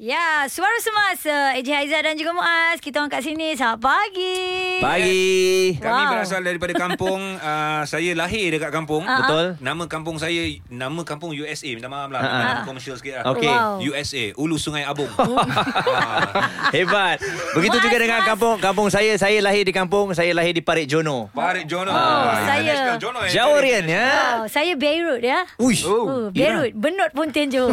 Ya, suara semasa. Eji Haizat dan juga Muaz. Kita orang kat sini. Selamat pagi. Pagi. Ba- Kami Wow. berasal daripada kampung uh, Saya lahir dekat kampung Ah, Betul? Nama kampung saya Nama kampung USA Minta maaf lah Ah, ah. uh Komersial sikit lah Okey. Wow. USA Ulu Sungai Abung Ah, Hebat. Begitu Mas, juga dengan mas. kampung kampung saya. Saya lahir di kampung, saya lahir di Parit Jono. Parit Jono Oh, Ah, saya. international Jono, eh. Jawarian ya. Wow, Oh, saya Beirut ya. Uish. Oh, Beirut. Benut pun tenjo.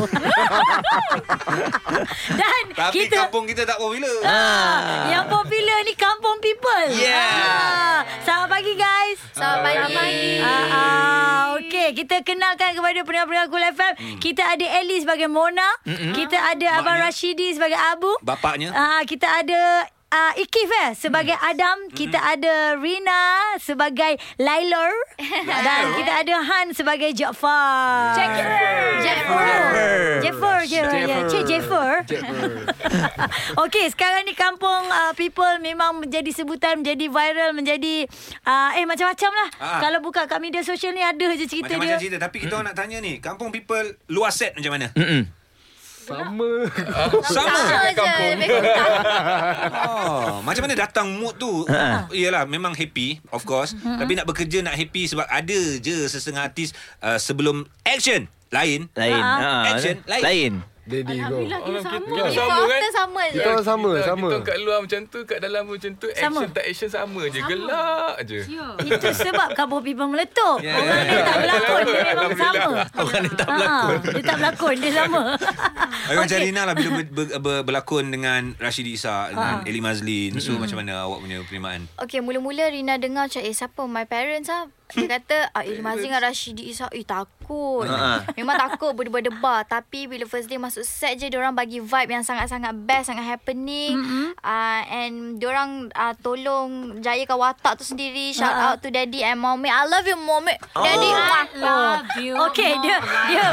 dan Tapi kita... kampung kita tak popular Ah, yang popular ni kampung people. Yeah. Ah, selamat pagi guys. Selamat pagi. Ah, ah, Okey, kita kenalkan kepada pendengar-pendengar Cool FM. Kita ada Ellie sebagai Mona. Kita ada Abang Maknya. Rashidi sebagai Abu. Bapaknya Ah, kita ada Uh, Ikif eh sebagai Hmm. Adam, kita ada Rina sebagai Lailor dan kita ada Han sebagai Jaafar. Jaffer. Jaffer. Jaffer. Ya, Cik Jaffer. Okey, sekarang ni kampung uh, people memang menjadi sebutan, menjadi viral, menjadi uh, eh macam-macam lah. Ah. Kalau buka kat media sosial ni ada je cerita dia. Macam-macam cerita Tapi kita orang nak tanya ni Kampung people Luar set macam mana Mm. Mm-mm. Sama Sama je lebih kurang. Oh, macam mana datang mood tu? Ah. Ha. Iyalah memang happy of course, Mm-hmm. tapi nak bekerja nak happy sebab ada je sesengah artis uh, sebelum action lain. Lain. Ah, Ha. action, lain. lain. Daddy kau. Orang kita Before after sama kan? Ya. je. Kita orang sama, kita, sama. Kita kat luar macam tu, kat dalam pun macam tu. Action Sama. tak action sama je. Gelak je. Itu sebab kampung people meletup. Ya, Orang ya, dia ya. tak berlakon, dia memang Alhamdulillah. sama. Orang dia tak Ah, berlakon. dia tak berlakon, dia sama. Ayo macam Rina lah bila ber, ber, ber, berlakon dengan Rashidi Ha. Isa dengan Eli Mazlin. So macam mana awak punya penerimaan? Okay, mula-mula Rina dengar macam, eh siapa? My parents lah. Dia kata, ah, eh, Mazi dengan Rashidi Isa, eh takut. Ha. Memang takut berdebar-debar. Tapi bila first day masuk set je, diorang bagi vibe yang sangat-sangat best, sangat happening. Uh, and diorang uh, tolong jayakan watak tu sendiri. Shout out to Daddy and Mommy. I love you, Mommy. Daddy, Oh. mwah. Okey, dia dia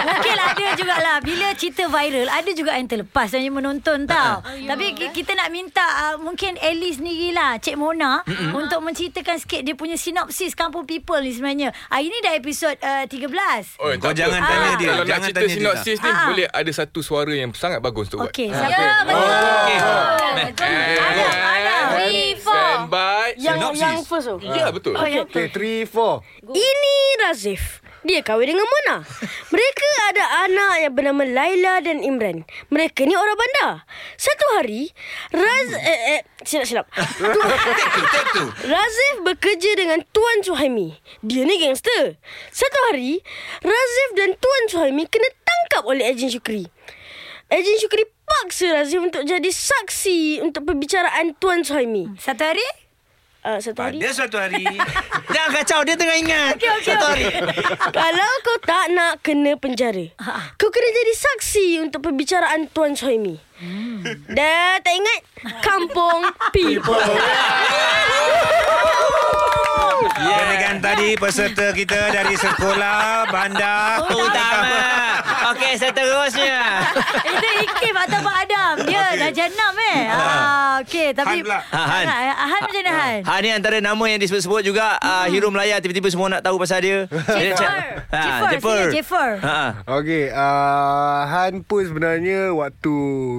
mungkinlah ada jugalah bila cerita viral ada juga yang terlepas dan yang Ha, menonton tau. Tapi ki- kita nak minta uh, mungkin Ellie sendirilah Cik Mona untuk menceritakan sikit dia punya sinopsis Kampung People ni sebenarnya. Ah ini dah episod uh, 13. Oh, Kau jangan tanya dia, Kalau jangan nak tanya cerita dia sinopsis ni, Ah. boleh ada satu suara yang sangat bagus Oh, untuk buat. Okey, Ah. siapa? Okey. And- Ada, ada. Ya. Three, four. Stand Eh. by. Yang Sinopsis. yang first tu. Ya, betul. Oh, ya. Okay, three, four. Ini Razif. Dia kahwin dengan Mona. Mereka ada anak yang bernama Laila dan Imran. Mereka ni orang bandar. Satu hari, Raz... Eh, eh, silap-silap. Take two, take two. Razif bekerja dengan Tuan Suhaimi. Dia ni gangster. Satu hari, Razif dan Tuan Suhaimi kena tangkap oleh Ejen Syukri. Ejen Syukri paksa Razif untuk jadi saksi untuk perbicaraan Tuan Suhaimi. Satu hari? Uh, satu hari... Pada suatu hari Jangan kacau, dia tengah ingat. Okey, okey, Satu hari. Kalau kau tak nak kena penjara Ha, Kau kena jadi saksi Untuk perbicaraan Tuan Soimi Hmm. Dah tak ingat Kampung People yeah. Demikian tadi peserta kita dari sekolah, Oh, bandar Utama. Okey, seterusnya. Itu Ikif atau Pak Adam. Dia dah jenam eh. Ah, okey. Tapi... Han pula. Ha, Han. Ah, Han macam mana Han? Ha ni antara nama yang disebut-sebut juga Hmm. uh, hero Melaya tiba-tiba semua nak tahu pasal dia. Jafar. Jafar, Jafar. sini Jafar. Ha. Okay, uh, Han pun sebenarnya waktu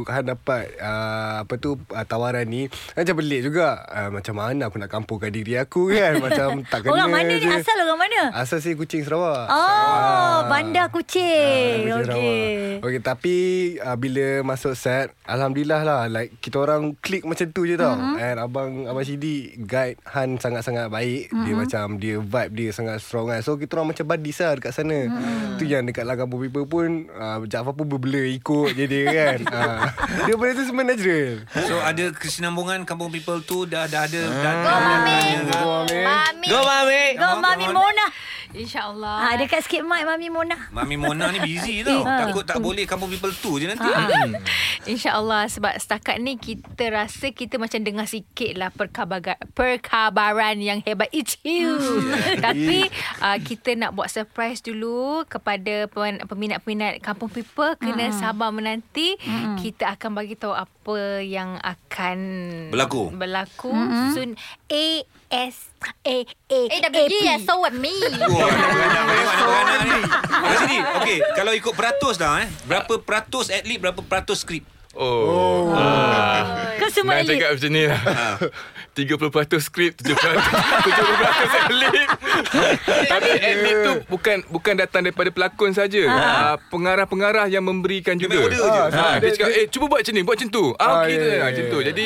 Han dapat uh, apa tu uh, tawaran ni Han macam pelik juga. Uh, macam mana aku nak kampungkan diri aku kan? Macam tak kena Orang mana ni? je. Asal orang mana? Asal saya Kuching Sarawak. Oh, Ah. bandar kucing. Ah, Okey. Sarawak. Okey, tapi uh, bila masuk set, alhamdulillah lah like kita orang klik macam tu je tau. Mm-hmm. And abang abang Sidi guide Han sangat-sangat baik. Mm-hmm. Dia macam dia vibe dia sangat strong kan. So kita orang macam buddies lah dekat sana. Mm-hmm. Tu yang dekat Langkah People pun uh, Jaafar pun berbela ikut je dia kan. uh, dia benda tu semua natural. So ada kesinambungan kampung people tu dah dah ada dah, dah, Mami. Go mami. Go Mami Mona. Ha, InsyaAllah. dekat sikit mic Mami Mona. Mami Mona ni Eh. busy tau. Ha. Ah. Takut tak boleh kampung people tu je nanti. Hmm. InsyaAllah sebab setakat ni kita rasa kita macam dengar sikit lah perkabaran, perkabaran yang hebat it's huge. Tapi uh, kita nak buat surprise dulu kepada pen- peminat-peminat Kampung People. Kena sabar menanti. Kita akan bagi tahu apa yang akan akan Berlaku. Berlaku mm-hmm. soon A S A A Eh, AWD, yeah, so what me? Wah, nak beranak, beranak, beranak ni. Mak Siti, okey, kalau ikut peratus dah eh. Berapa peratus atlet, berapa peratus skrip? Oh. oh. Kau semua Nak elit. cakap macam ni lah 30% skrip 70% 70% adlib Tapi adlib tu Bukan bukan datang daripada pelakon saja Ah, Pengarah-pengarah yang memberikan Dia main juga order je. Ah, Ah, Dia dia- cakap Eh cuba buat macam ni Buat macam tu Ah, Ah okey ya, tu ya, lah, ya, Macam tu ya. Jadi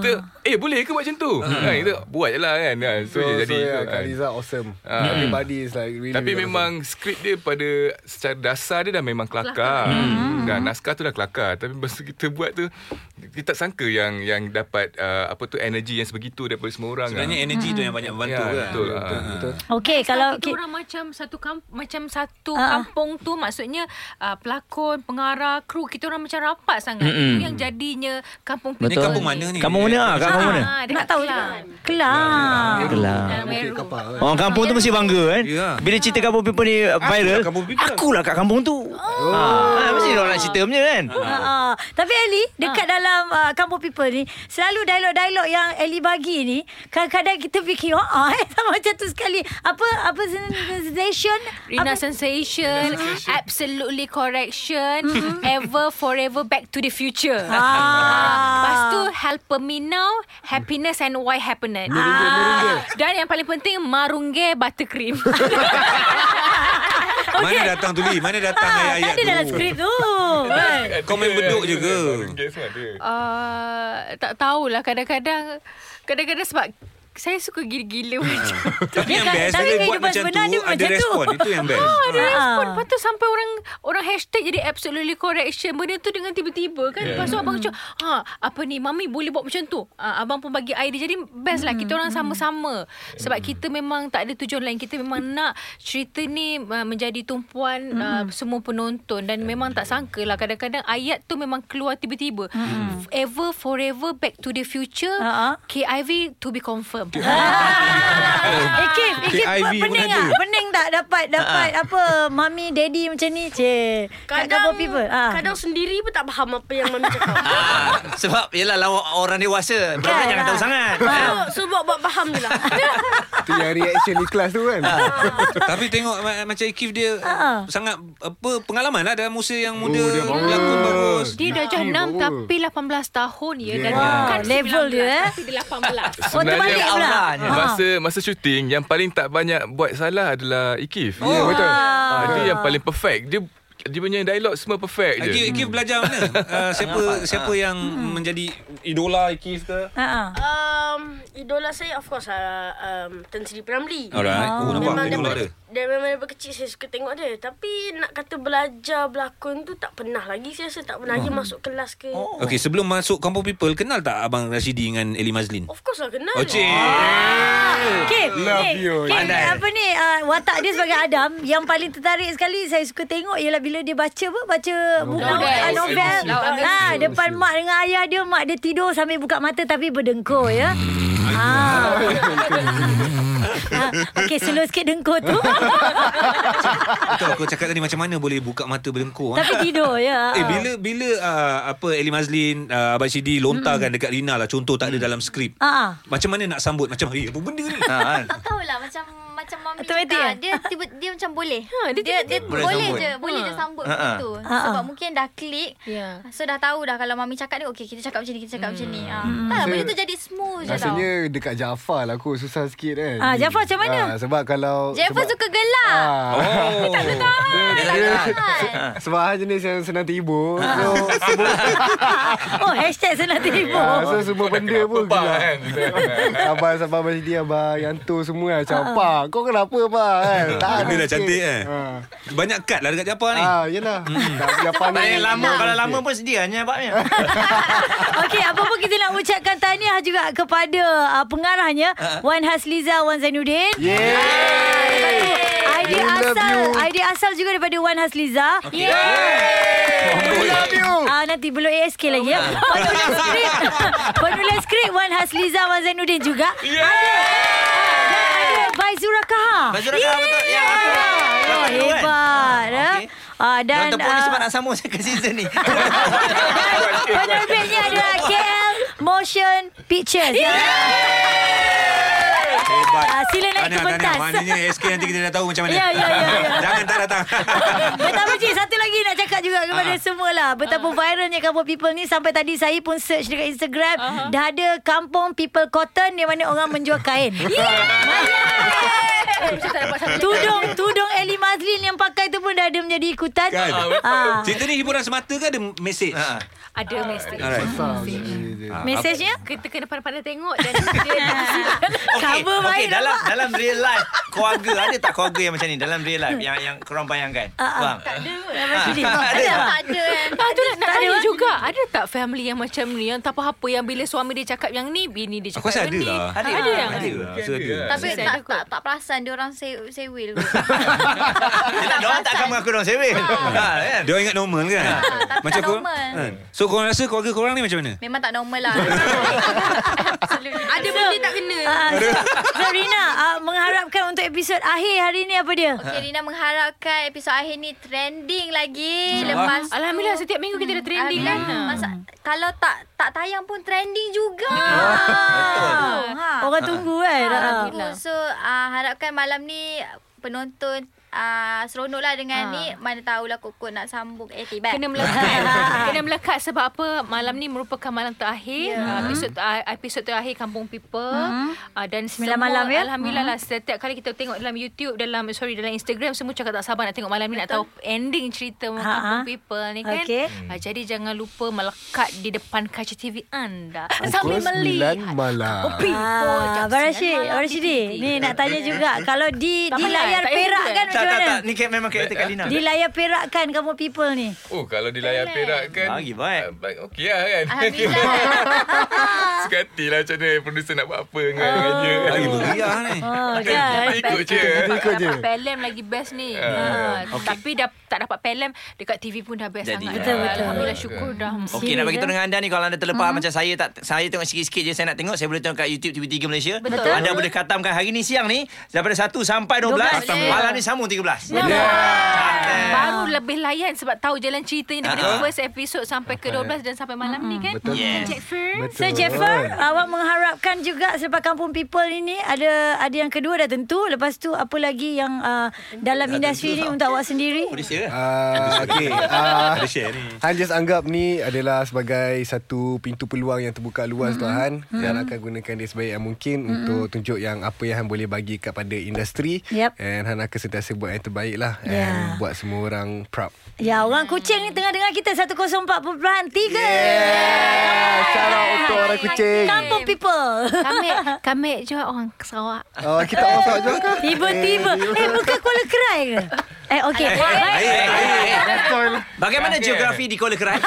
kita Eh boleh ke buat macam tu Kan, Kita buat je lah kan Ah, So, Tu je jadi so yeah, tu kan. Kaliza awesome. Ah. Everybody is like really Tapi really memang skrip dia pada secara dasar dia dah memang kelakar. Hmm. Dan naskah tu dah kelakar. Tapi masa kita buat tu kita tak sangka yang yang dapat uh, apa tu energi yang sebegitu daripada semua orang. Sebenarnya Ya. ah. energi tu yang banyak Hmm. membantu Ya, kan. betul. awesome. Ah, Betul. Okey, Eh, kalau... kita Ki- orang macam satu kamp, macam satu Ah, ah. kampung tu maksudnya uh, pelakon, pengarah, kru kita orang macam rapat sangat. Mm-hmm. Itu yang jadinya kampung Ni Betul. kampung mana ni? Kampung mana ah? Kat kampung mana? Ah, dekat Nak tahu juga. Kelang. Kelang. Kelang. Dalam Bukit Meru. kapal. kan? Orang kampung tu mesti bangga kan Ya. Bila cerita kampung people ni uh, viral kat kampung people. Akulah kat kampung tu oh. ha, Mesti orang nak cerita punya kan Ah. Ha. Tapi Ellie Dekat dalam uh, Kampung People ni Selalu dialog-dialog Yang Ellie bagi ni Kadang-kadang kita fikir oh, oh, eh, Sama macam tu sekali Apa Apa Sensation apa, Rina Sensation, Absolutely Correction, Mm-hmm. Ever Forever Back to the Future. Ah. Lepas tu Helper Me Now, Happiness and Why Happened. Merunggel, merunggel. Dan yang paling penting Marungge Buttercream. Mana datang tu Li? Mana datang ha, Tak ayat-ayat ada tu? dalam skrip tu Kan? Kau main beduk je ke? Yes, ada. uh, tak tahulah kadang-kadang kadang-kadang sebab saya suka gila-gila macam Tapi Dia yang kan- best tapi bila kehidupan buat macam sebenar tu dia ada macam tu. Oh, respon. Itu yang best. Ada Ha. Ah. respon Lepas tu sampai orang Orang hashtag jadi Absolutely correction Benda tu dengan tiba-tiba kan yeah. Lepas tu abang cakap ha, Apa ni Mami boleh buat macam tu ha, Abang pun bagi idea Jadi best lah Kita orang sama-sama Sebab kita memang Tak ada tujuan lain Kita memang nak Cerita ni uh, Menjadi tumpuan uh, Semua penonton Dan memang tak sangka lah Kadang-kadang ayat tu Memang keluar tiba-tiba Ever forever Back to the future Ha, ha. KIV to be confirmed Eh, Kif, eh, Kif KIV pun pening ada. tak? Pening tak dapat dapat apa mami daddy macam ni? Cik. Kat Kadang Kampung People. Ah. kadang sendiri pun tak faham apa yang mami cakap. Ah, Sebab yelah lawak orang dewasa Mereka Kan, jangan ah. tahu sangat So, so buat buat faham je lah. Ha. Tu yang reaction ikhlas tu Ah, kan. Tapi tengok ma- macam Ikif dia Ha. sangat apa pengalaman lah dalam usia Oh, yang muda. dia bagus. Berlakon bagus. Dia dah Lucky jenam power. tapi 18 tahun ya dan Wow, Kan bukan level 19, dia, eh. Tapi dia 18. Oh, terbalik Sebenarnya pula. auranya. Ha. Masa masa syuting yang paling tak banyak buat salah adalah Ikif. Oh, Ya, betul. Ah, dia yang paling perfect. Dia dia punya dialog semua perfect je. Ikif, Ikif Hmm. belajar mana? Ah, siapa siapa yang Hmm. menjadi idola Ikif ke? Ha. ah. Um, idola saya of course uh, um, Tan Sri Pramli. Alright. Oh, nampak Memang idola dia. daripada, dia memang daripada kecil saya suka tengok dia. Tapi nak kata belajar berlakon tu tak pernah lagi. Saya rasa tak pernah Ah. lagi masuk kelas ke. Oh, Okey, sebelum masuk Kampung People, kenal tak Abang Rashidi dengan Eli Mazlin? Of course lah kenal. Kan? Oh, cik. Oh. Kif, Love eh, you. Kif, Pandai. apa ni uh, watak dia sebagai Adam yang paling tertarik sekali saya suka tengok ialah bila dia baca apa baca buku Novel. ah, novel. Novel. Ha, depan mak dengan ayah dia mak dia tidur sambil buka mata tapi berdengkur ya. Ah. ah. Okey, slow sikit dengkur tu. Betul aku cakap tadi macam mana boleh buka mata berdengkur. ah? tapi tidur ya. Eh bila bila uh, apa Eli Mazlin uh, Abang Sidi lontarkan dekat Rina lah contoh tak ada dalam skrip. Ah. Macam mana nak sambut macam eh apa benda ni? Ha, kan? Tak tahulah macam macam mami Automatic cakap eh? dia tiba dia macam boleh. Ha, dia dia, dia, boleh, Boleh sambut. je, boleh je sambut Ha, ha. begitu. ha. Sebab mungkin dah klik. Ya. So dah tahu dah kalau mami cakap ni okey kita cakap macam ni kita cakap macam ni. Hmm. Ha. Tak lah, Rasa- benda tu jadi smooth je tau. Rasanya dekat Jaafar lah aku susah sikit kan. Ah, Jaafar macam mana? Ah, sebab kalau Jennifer sebab, suka gelak. Ah, Oh. dia, dia, Kan? sebab Han jenis yang senang tiba. Ah, So semua Oh, hashtag senang ah, tiba. so semua benda pun Apa, gelap. kan? Abang-abang macam dia Abang Yanto semua Ah. lah. Macam Pak kau kenapa Pak kan? Tahan Dia dah sikit. cantik eh. Ah. Banyak cut lah dekat Japar ni. Ah, yelah Tak punya pandai Eh, lama kalau lama pun lah, sedia hanya babnya. Okey, apa pun kita nak ucapkan tahniah juga kepada uh, pengarahnya Ha. Wan Hasliza Wan Zainuddin. Yeay Idea We love asal you. Idea asal juga daripada Wan Hasliza okay. We love you Ah nanti belum ASK lagi ya. Penulis skrip. Penulis skrip Wan Hasliza Wan Zainuddin juga. Yeah. Ada Baizura Kaha. Baju rakam betul. Ya, aku. Oh, Aku kan? hebat. ya. Okey. Ah, Dan dan tepuk ni ah, sebab nak sambung second season ni. Penerbitnya adalah KL Mosha Motion Pictures. ya. Yeah. Hebat. Ah, sila naik Tahniah, ke pentas. tahniah. Maknanya SK nanti kita dah tahu macam mana. Ya, ya, ya, ya. Jangan tak datang. Betapa cik Satu lagi nak cakap juga Kepada uh. semua lah Betapa uh. viralnya Kampung People ni Sampai tadi saya pun search Dekat Instagram uh-huh. Dah ada Kampung People Cotton Di mana orang menjual kain Aku macam tak dapat satu Tudung Tudung Eli Mazlin Yang pakai tu pun Dah ada menjadi ikutan Kan? Ah. Cerita ni hiburan semata ke ada mesej? Ah. Ha. Ada mistake Alright. Mesejnya Kita kena pandai-pandai tengok Dan dia Cover okay, baik dalam dalam real life keluarga ada tak keluarga yang macam ni dalam real life yang yang korang bayangkan? Faham? Sini. Ada Ada tak? tak? Tak ada kan. Ah, tu nak, nak Tak ada, tanya eh? juga Ada tak family yang macam ni Yang tak apa-apa Yang bila suami dia cakap yang ni Bini dia Aku cakap rasa yang ada ni lah. Ada, ada yang Ada lah. So, ada. Tapi Saya tak, ada kot. tak, tak perasan dia orang say, say will. Yelah, Diorang tak akan mengaku diorang sewing. Ha, kan? Dia orang ingat normal kan? tapi tak korang- normal. kan? So korang rasa keluarga korang ni macam mana? Memang tak normal lah. Absolutely. Ada benda tak kena Ah, so Rina ah, Mengharapkan untuk episod Akhir hari ni apa dia? Okay, Rina mengharapkan episod akhir ni trending lagi. Lepas tu- Alhamdulillah setiap minggu kita dah trending kan Alhamdulillah. Masa, kalau tak tak tayang pun trending juga. Ha. Ah, Orang tunggu kan Ah. Alhamdulillah. So uh, harapkan malam ni penonton uh, seronok lah dengan Ah. ni. Mana tahulah Koko nak sambung eh tiba. Kena melekat Kena melekat sebab apa Malam ni merupakan malam terakhir Ya. yeah. episod, uh, episod terakhir Kampung People uh, Dan Hmm. Sembilan semua malam, ya? Alhamdulillah lah Setiap kali kita tengok dalam YouTube Dalam sorry dalam Instagram Semua cakap tak sabar nak tengok malam ni Nak tahu ending cerita Ha, ha. Kampung People ni kan Okey. uh, Jadi jangan lupa melekat di depan kaca TV anda Oh, Pukul 9 malam. Kampung People Ah, jam Barashid, 9 malam, Barashidi. aktiviti. Ni nak tanya juga kalau di Tak di payah, layar tak payah Perak Google. kan Tak, macam tak, mana? tak. Ni ke- memang karakter Kak Lina. Di layar Perak kan kamu people ni. Oh kalau di layar perak kan Lagi baik. ah, baik Okey lah kan Alhamdulillah. Suka hati lah macam mana Producer nak buat apa dengan oh. dia kan? Lagi meriah ni. Oh, Kita kan. ikut je Ah, Ikut Dapat je. pelem lagi best ni. Ha, Tapi dah tak dapat pelem dekat TV pun dah best Jadi. sangat. Betul, dah. betul. Alhamdulillah syukur dah. Hmm. Okey, nak bagi tahu dengan anda ni kalau anda terlepas macam saya tak saya tengok sikit-sikit je saya nak tengok saya boleh tengok kat YouTube TV3 Malaysia. Betul. Anda boleh katamkan hari ni siang ni daripada 1 sampai 12. 12. Malam ni sambung 13. Betul. Cantik. Baru lebih layan sebab tahu jalan ceritanya daripada Ha. first episode sampai ke 12 dan sampai malam ni kan. hmm, Betul. Yes. Jackford. Betul. So Jeffer, awak mengharapkan juga selepas kampung people ini ada ada yang kedua dah tentu. Lepas tu apa lagi yang ah, dalam industri ni lah. untuk awak sendiri? Malaysia. Ah, okay. Ah, Ada share ni. Han just anggap ni adalah sebagai satu pintu peluang yang terbuka luas mm-hmm. tu Han mm-hmm. dan akan gunakan dia sebaik yang mungkin mm-hmm. untuk tunjuk yang apa yang Han boleh bagi kepada industri Yep. and Han akan sentiasa buat yang terbaik lah and Yeah. buat semua orang proud. Ya, orang Kuching ni tengah dengar kita 104.3. Yeah, shout out untuk orang kucing. Kampung people. Kami kami je orang Sarawak. Oh, kita orang proud juga. ke? Tiba-tiba. Eh, bukan Kuala Kerai ke? Eh, okey. Baik. Baik, baik. Betul. Bagaimana geografi di Kuala Kerai?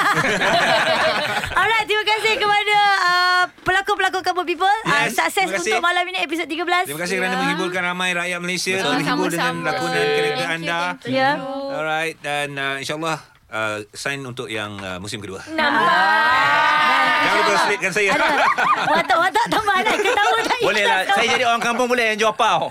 Alright, terima kasih kepada uh, pelakon-pelakon Kampung People. Uh, Yes, sukses terima kasih. untuk malam ini episod 13. Terima kasih kerana menghiburkan ramai rakyat Malaysia Betul. menghibur dengan Sama-sama. lakonan karakter anda. you. Ya. Alright dan uh, insyaallah uh, sign untuk yang uh, musim kedua. Jangan lupa selitkan saya. Ada watak-watak tambahan lah. Ketawa tak boleh lah. ikhlas. Saya jadi orang kampung boleh yang jual pau.